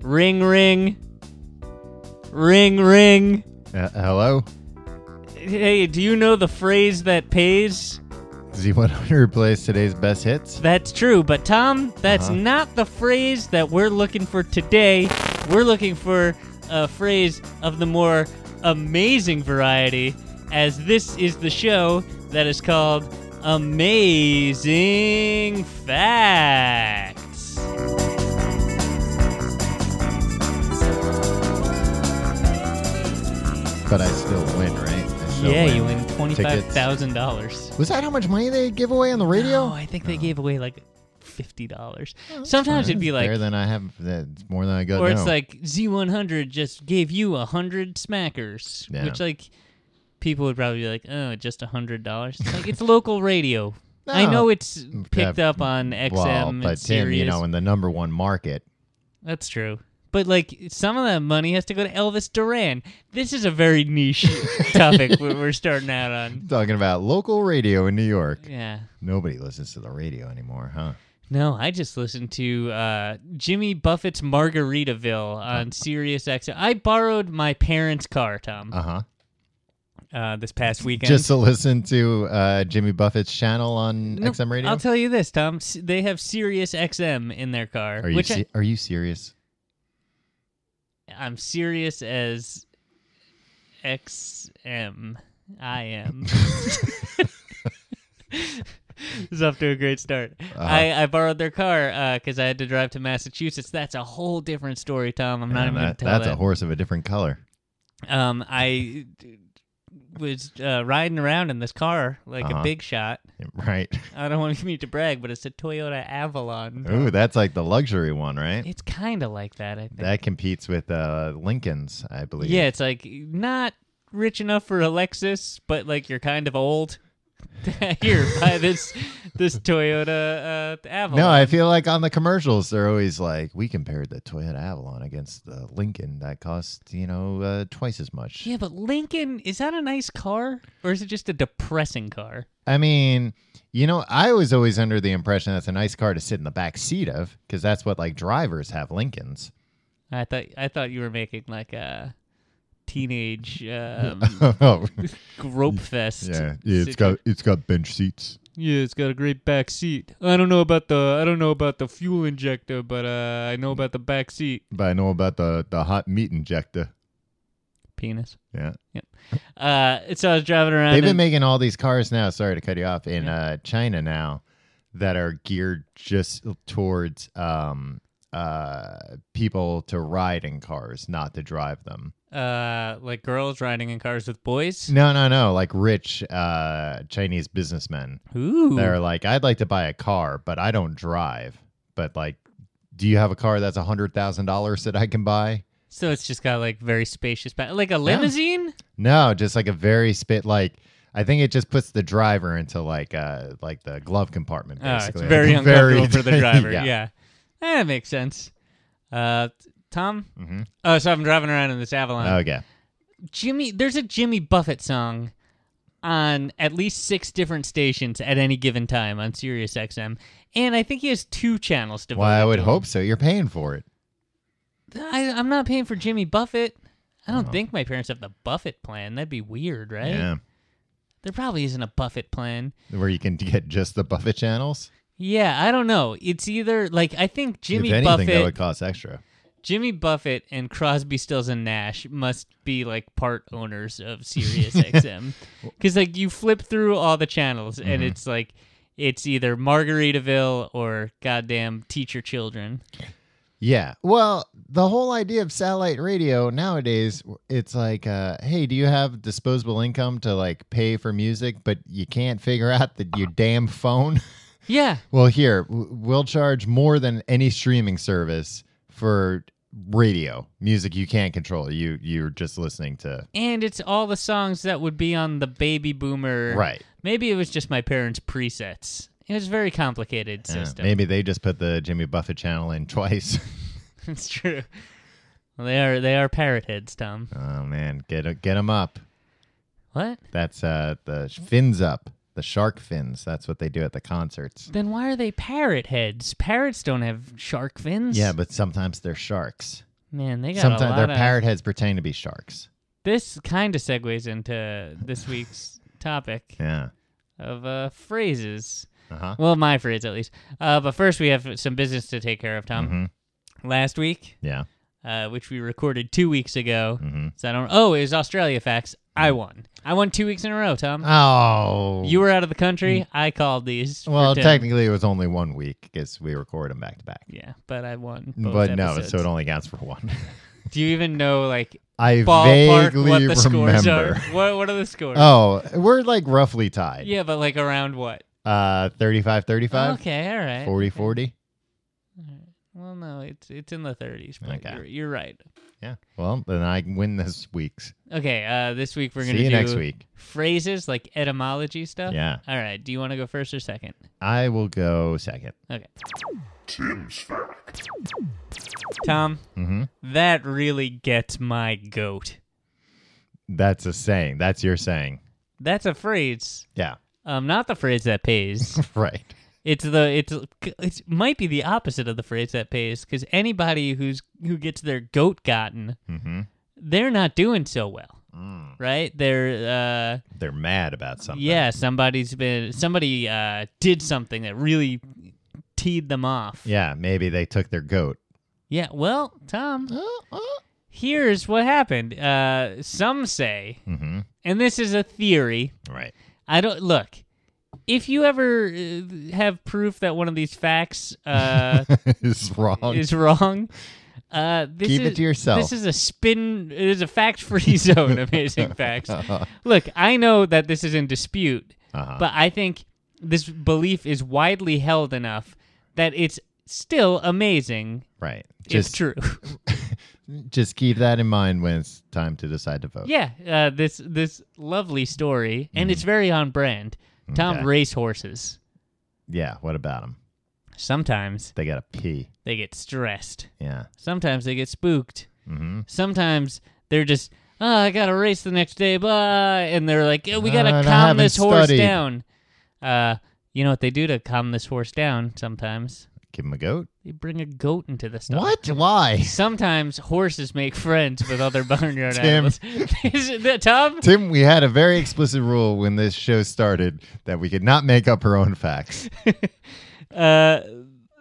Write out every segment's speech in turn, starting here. Ring, ring. Ring, ring. Uh, hello? Hey, do you know the phrase that pays? Z100 plays today's best hits. That's true, but Tom, that's Uh-huh. not the phrase that we're looking for today. We're looking for a phrase of the more amazing variety, as this is the show that is called Amazing Facts. But I still win, right? I still yeah, you win $25,000. Was that how much money they give away on the radio? Oh, No, I think they gave away like $50. that's Sometimes fine. it'd be It's like Better than I have, that's more than I got or now. it's like Z100 just gave you a hundred smackers, Yeah. which like people would probably be like, oh, just a hundred dollars. It's Like it's local radio. I No. know it's picked Yeah, up on XM well, and but Tim, Sirius. you know, in the number one market. That's true. But like some of that money has to go to Elvis Duran. This is a very niche topic we're we're starting out on. Talking about local radio in New York. Yeah. Nobody listens to the radio anymore, huh? No, I just listened to uh, Jimmy Buffett's Margaritaville on Sirius XM. I borrowed my parents' car, Tom, Uh huh. uh, this past weekend. Just to listen to uh, Jimmy Buffett's channel on No, XM radio. I'll tell you this, Tom. S- They have Sirius XM in their car, are you which se- are you serious? I, I'm serious as XM. I am. It's off to a great start. Uh-huh. I, I borrowed their car because I had to drive to Massachusetts. That's a whole different story, Tom. I'm not Man, even that- gonna tell that's a that. horse of a different color. um, I d- was uh, riding around in this car like a Uh-huh. big shot. Right. I don't want me to brag, but it's a Toyota Avalon. Ooh, that's like the luxury one, right? It's kind of like that, I think. That competes with uh, Lincoln's, I believe. Yeah, it's like not rich enough for a Lexus, but like you're kind of old. Here, buy this this Toyota uh, Avalon. No, I feel like on the commercials they're always like, "We compared the Toyota Avalon against the Lincoln that cost you know uh, twice as much." yeah, but Lincoln is that a nice car or is it just a depressing car? I mean, you know, I was always under the impression that's a nice car to sit in the back seat of because that's what like drivers have Lincolns. I thought I thought you were making like a teenage um, oh, grope fest. situ- it's got bench seats. yeah, it's got a great back seat. I don't know about the I don't know about the fuel injector, but uh, I know about the back seat. But I know about the the hot meat injector. Penis. Yeah, Uh, so I was driving around. they've been and- making all these cars now. Sorry to cut you off in Yeah. uh, China now that are geared just towards um, uh, people to ride in cars, not to drive them. uh, like girls riding in cars with boys. No, no, no. Like rich uh, Chinese businessmen. Ooh, They're like, I'd like to buy a car, but I don't drive. But like, do you have a car that's a hundred thousand dollars that I can buy? so it's just got like very spacious, back, like a limousine. No, just like a very spit. Like, I think it just puts the driver into like uh like the glove compartment. Oh, it's Basically, very Like, uncomfortable for the driver. yeah. yeah. that makes sense. Uh, t- Tom. Mhm. Oh, so I'm driving around in this Avalon. Oh yeah. Jimmy, there's a Jimmy Buffett song on at least six different stations at any given time on Sirius XM, and I think he has two channels devoted. Well, I would to him. hope so. You're paying for it. I, I'm not paying for Jimmy Buffett. I don't think my parents have the Buffett plan. That'd be weird, right? Yeah. There probably isn't a Buffett plan. Where you can get just the Buffett channels. Yeah, I don't know. It's either like I think Jimmy if anything, that Buffett, would cost extra. Jimmy Buffett, and Crosby, Stills, and Nash must be like part owners of Sirius XM, because like you flip through all the channels and Mm-hmm. it's like it's either Margaritaville or goddamn Teacher Children. Yeah. Well, the whole idea of satellite radio nowadays, it's like, uh, hey, do you have disposable income to like pay for music, but you can't figure out the, your damn phone? Yeah, well, here, w- we'll charge more than any streaming service for radio music you can't control. You you're just listening to and it's all the songs that would be on the Baby Boomer right. Maybe it was just my parents' presets. It was a very complicated Yeah, system. maybe they just put the Jimmy Buffett channel in twice. it's true. Well, they are they are parrot heads, Tom. oh man, get get them up. What? That's uh the fins up, the shark fins. That's what they do at the concerts. Then why are they parrot heads? Parrots don't have shark fins. Yeah, but sometimes they're sharks. Man, they got a Sometimes lot their of- parrot heads pretend to be sharks. This kind of segues into this week's topic Yeah. of uh, phrases. Uh huh. Well, my phrase at least. Uh, but first, we have some business to take care of, Tom. Mhm. Last week, Yeah. uh, which we recorded two weeks ago, hmm so I don't. Oh, it was Australia facts. I won. I won two weeks in a row, Tom. Mm-hmm. Oh. Mm. you were out of the country. I called these. for well, Tim. technically, it was only one week because we record them back to back. Yeah, but I won. Both But no, episodes. so it only counts for one. Do you even know like I ballpark vaguely what the scores are? remember. What What are the scores? Oh, we're like roughly tied. yeah, but like around what? Uh, 35 35, Okay, all right. 40 40. Well, no, it's it's in the 30s. But Okay. you're, you're right. Yeah. Well, then I win this week's. Okay, uh, this week we're gonna See you do next week. phrases like etymology stuff. Yeah. All right. Do you want to go first or second? I will go second. Okay. Tom, Mm-hmm. that really gets my goat. That's a saying. That's your saying. That's a phrase. Yeah. Um, not the phrase that pays. Right. It's the it's it might be the opposite of the phrase that pays because anybody who's who gets their goat gotten, Mm-hmm. they're not doing so well, Mm. right? They're uh, They're mad about something. yeah, somebody's been somebody uh did something that really teed them off. Yeah. Maybe they took their goat. Yeah, well, Tom, here's what happened. Uh, some say, Mm-hmm. and this is a theory. Right. I don't look. If you ever uh, have proof that one of these facts uh, it's wrong. is wrong, uh, this Keep is, it to yourself. This is a spin. It is a fact-free zone. Amazing facts. Look, I know that this is in dispute, Uh-huh. but I think this belief is widely held enough that it's still amazing. right. It's Just true. just keep that in mind when it's time to decide to vote. Yeah, uh, this this lovely story, and it's very on brand. Tom Mm. Okay. race horses. Yeah. What about them? Sometimes They got to pee. they get stressed. Yeah. Sometimes they get spooked. Mm-hmm. Sometimes they're just, oh, I gotta race the next day, blah, and they're like, "Oh, we gotta Uh, and I calm haven't this horse studied. down. Uh, you know what they do to calm this horse down? Sometimes Give them a goat. they bring a goat into the stall. What? Why? Sometimes horses make friends with other barnyard Tim. animals. Is it that- Tom, Tim, we had a very explicit rule when this show started that we could not make up her own facts. the Uh,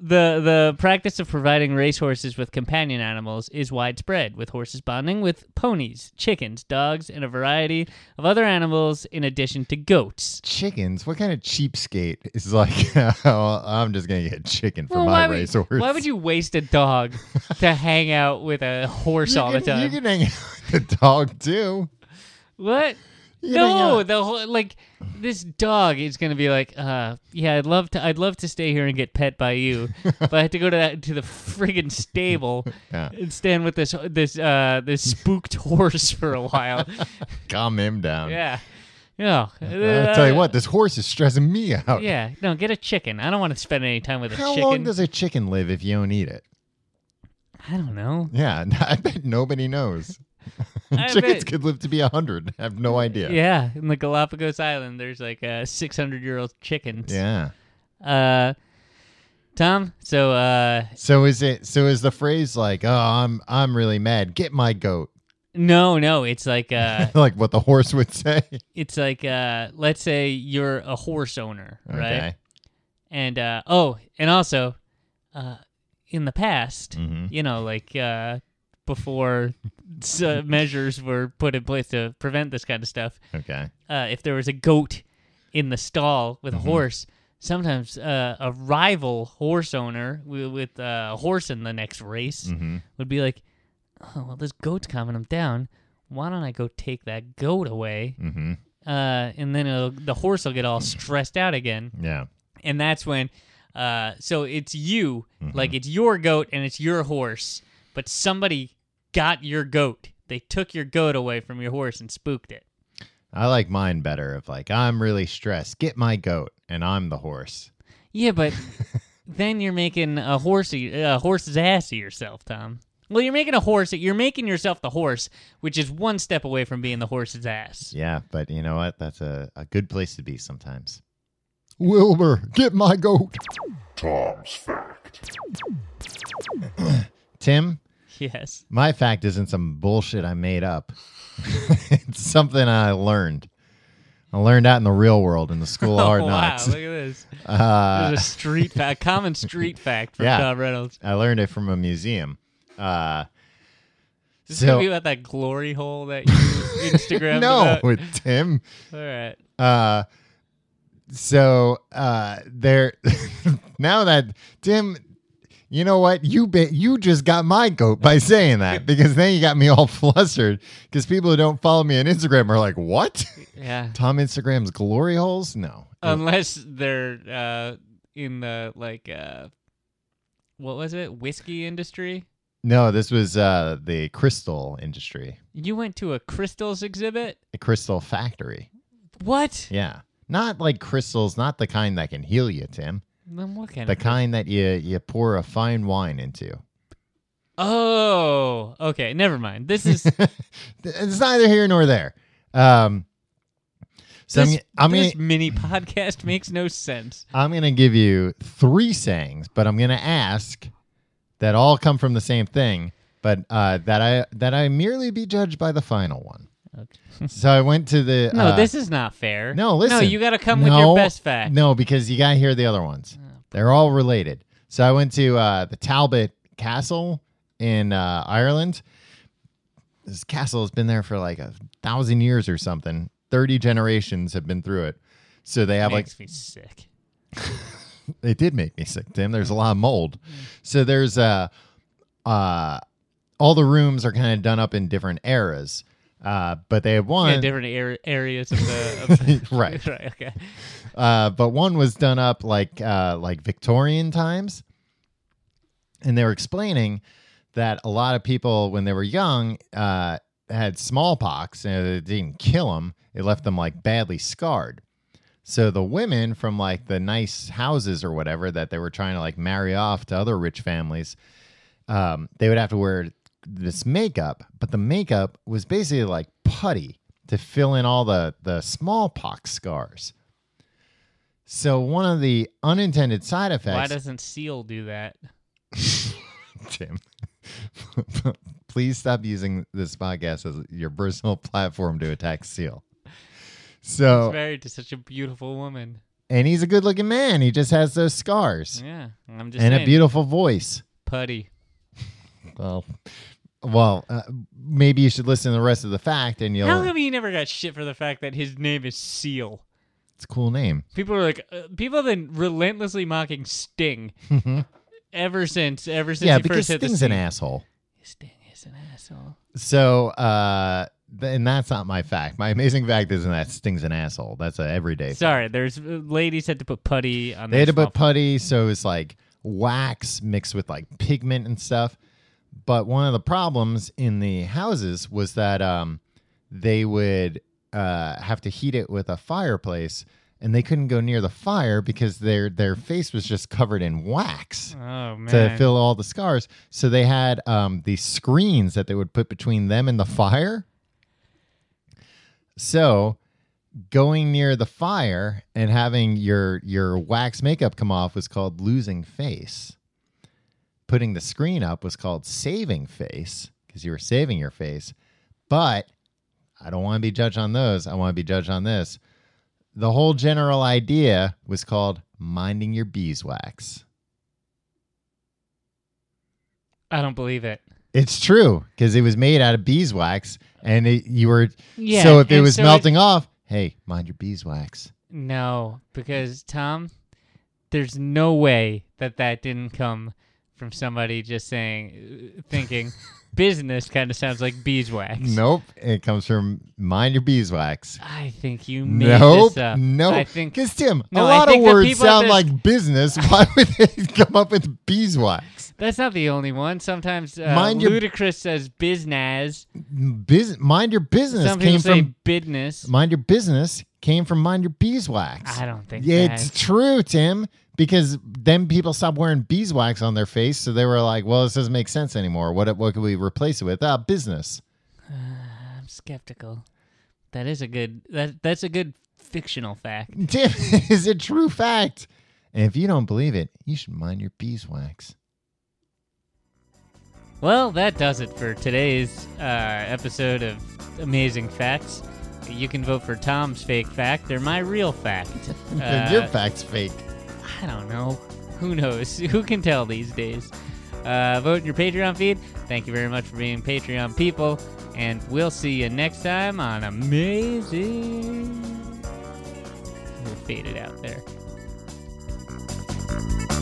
the practice of providing racehorses with companion animals is widespread, with horses bonding with ponies, chickens, dogs, and a variety of other animals in addition to goats. Chickens? What kind of cheapskate is like, oh, I'm just going to get a chicken for why, my racehorse? would, why would you waste a dog to hang out with a horse You all can, the time? You can hang out with the dog too. what? You can hang No, out- the whole like this dog is gonna be like, uh, yeah, I'd love to, I'd love to stay here and get pet by you, but I have to go to that to the friggin' stable Yeah. and stand with this this uh this spooked horse for a while. Calm him down. yeah, yeah. I'll tell you what, this horse is stressing me out. Yeah, no, get a chicken. I don't want to spend any time with a How chicken. long does a chicken live if you don't eat it? I don't know. Yeah, I bet nobody knows. I Chickens bet- could live to be 100. I have no idea. Yeah, in the Galapagos Island, there's like uh, 600 year old chickens. Yeah. Uh, Tom, so uh, So is it? So is the phrase like, "Oh, I'm I'm really mad. Get my goat," no, no, it's like uh, like what the horse would say? it's like uh, let's say you're a horse owner, right? Okay. And uh, oh, and also, uh, in the past, Mhm. you know, like uh, before s- uh, measures were put in place to prevent this kind of stuff, Okay. uh, if there was a goat in the stall with a horse, sometimes uh, a rival horse owner wi- with uh, a horse in the next race Mhm. would be like, "Oh well, this goat's calming him down. Why don't I go take that goat away?" Mhm. Uh, and then it'll, the horse will get all stressed out again, Yeah. and that's when. Uh, so it's you, Mm-hmm. like it's your goat and it's your horse, but somebody got your goat. They took your goat away from your horse and spooked it. I like mine better. Of like, I'm really stressed. Get my goat, and I'm the horse. Yeah, but then you're making a horsey a horse's ass of yourself, Tom. Well, you're making a horse. You're making yourself the horse, which is one step away from being the horse's ass. Yeah, but you know what? That's a, a good place to be sometimes. Wilbur, get my goat. Tom's fact. Tim, Yes. My fact isn't some bullshit I made up. it's something I learned. I learned out in the real world in the school of hard oh, knocks. Wow, look at this. Uh, There's a street fact, common street fact from Yeah. Tom Reynolds. I learned it from a museum. Uh, Is this so gonna be about that glory hole that you Instagram? no, with Tim. All right. Uh, so uh, there. now that Tim, you know what you bit, you just got my goat by saying that because then you got me all flustered because people who don't follow me on Instagram are like, what? Yeah. Tom Instagram's glory holes? No. Oh, Unless they're uh, in the like, uh, what was it? Whiskey industry. No, this was uh, the crystal industry, You went to a crystals exhibit. the crystal factory. What? Yeah. Not like crystals, not the kind that can heal you, Tim. Then what kind The of? kind that you, you pour a fine wine into. oh, okay. Never mind. This is It's neither here nor there. Um, so this, I'm, I'm this gonna mini podcast makes no sense. I'm gonna give you three sayings, but I'm gonna ask that all come from the same thing, but uh, that I that I merely be judged by the final one. So I went to the No, uh, this is not fair. no, listen. No, you got to come with your No, best Oh, fact. No, because you got to hear the other ones. They're all related. So I went to uh, the Talbot Castle in uh, Ireland. This castle has been there for like a thousand years or something. 30 generations have been through it. So they have like makes me sick. it did make me sick, Tim. There's a lot of Mm. mold. So there's uh uh all the rooms are kind of done up in different eras. Uh but they have one Yeah, different ar- areas of the. Of the Right. right. Okay. Uh, but one was done up like uh, like Victorian times, and they were explaining that a lot of people when they were young uh, had smallpox and it didn't kill them; it left them like badly scarred. So the women from like the nice houses or whatever that they were trying to like marry off to other rich families, um, they would have to wear this makeup, but the makeup was basically like putty to fill in all the the smallpox scars. So one of the unintended side effects. Why doesn't Seal do that? Tim, please stop using this podcast as your personal platform to attack Seal. He's So, married to such a beautiful woman. and he's a good looking man. He just has those scars Yeah, I'm just and a saying, beautiful voice. putty. Well, well, uh, maybe you should listen to the rest of the fact and How you'll. come he never got shit for the fact that his name is Seal? it's a cool name. People are like, uh, people have been relentlessly mocking Sting ever since, ever since Mm-hmm. yeah, he because first hit the Sting's scene. an asshole. Sting is an asshole. So, uh, th- and that's not my fact. My amazing fact isn't that Sting's an asshole. That's an everyday Sorry, there's uh, ladies had to put putty on. They their had to put small- putty, so it's like wax mixed with like pigment and stuff. But one of the problems in the houses was that um, they would uh, have to heat it with a fireplace, and they couldn't go near the fire because their their face was just covered in wax Oh man. to fill all the scars. So they had um, these screens that they would put between them and the fire. So going near the fire and having your your wax makeup come off was called losing face. Putting the screen up was called saving face because you were saving your face. But I don't want to be judged on those. I want to be judged on this. The whole general idea was called minding your beeswax. I don't believe it. It's true because it was made out of beeswax, and it, you were Yeah. so if it and was so melting off, hey, mind your beeswax. No, because Tom, there's no way that that didn't come from somebody just saying, uh, thinking, business kind of sounds like beeswax. Nope, it comes from mind your beeswax. I think you made Nope, this up. nope. I think because Tim, No, a I lot of think that words people out sound there- like business. Why would they come up with beeswax? that's not the only one. Sometimes uh, Mind your- Ludacris says business. Bus- mind your business Some people came say from business. mind your business came from mind your beeswax. I don't think It's that. true, Tim, because then people stopped wearing beeswax on their face, so they were like, "Well, this doesn't make sense anymore. What what could we replace it with? Ah, business." I'm skeptical. That is a good. That that's a good fictional fact. Tim is a true fact, and if you don't believe it, you should mind your beeswax. Well, that does it for today's uh, episode of Amazing Facts. You can vote for Tom's fake fact. They're my real fact. Uh, Your fact's fake. I don't know. Who knows? Who can tell these days? Uh, vote in your Patreon feed. Thank you very much for being Patreon people. And we'll see you next time on Amazing. We'll fade it out there.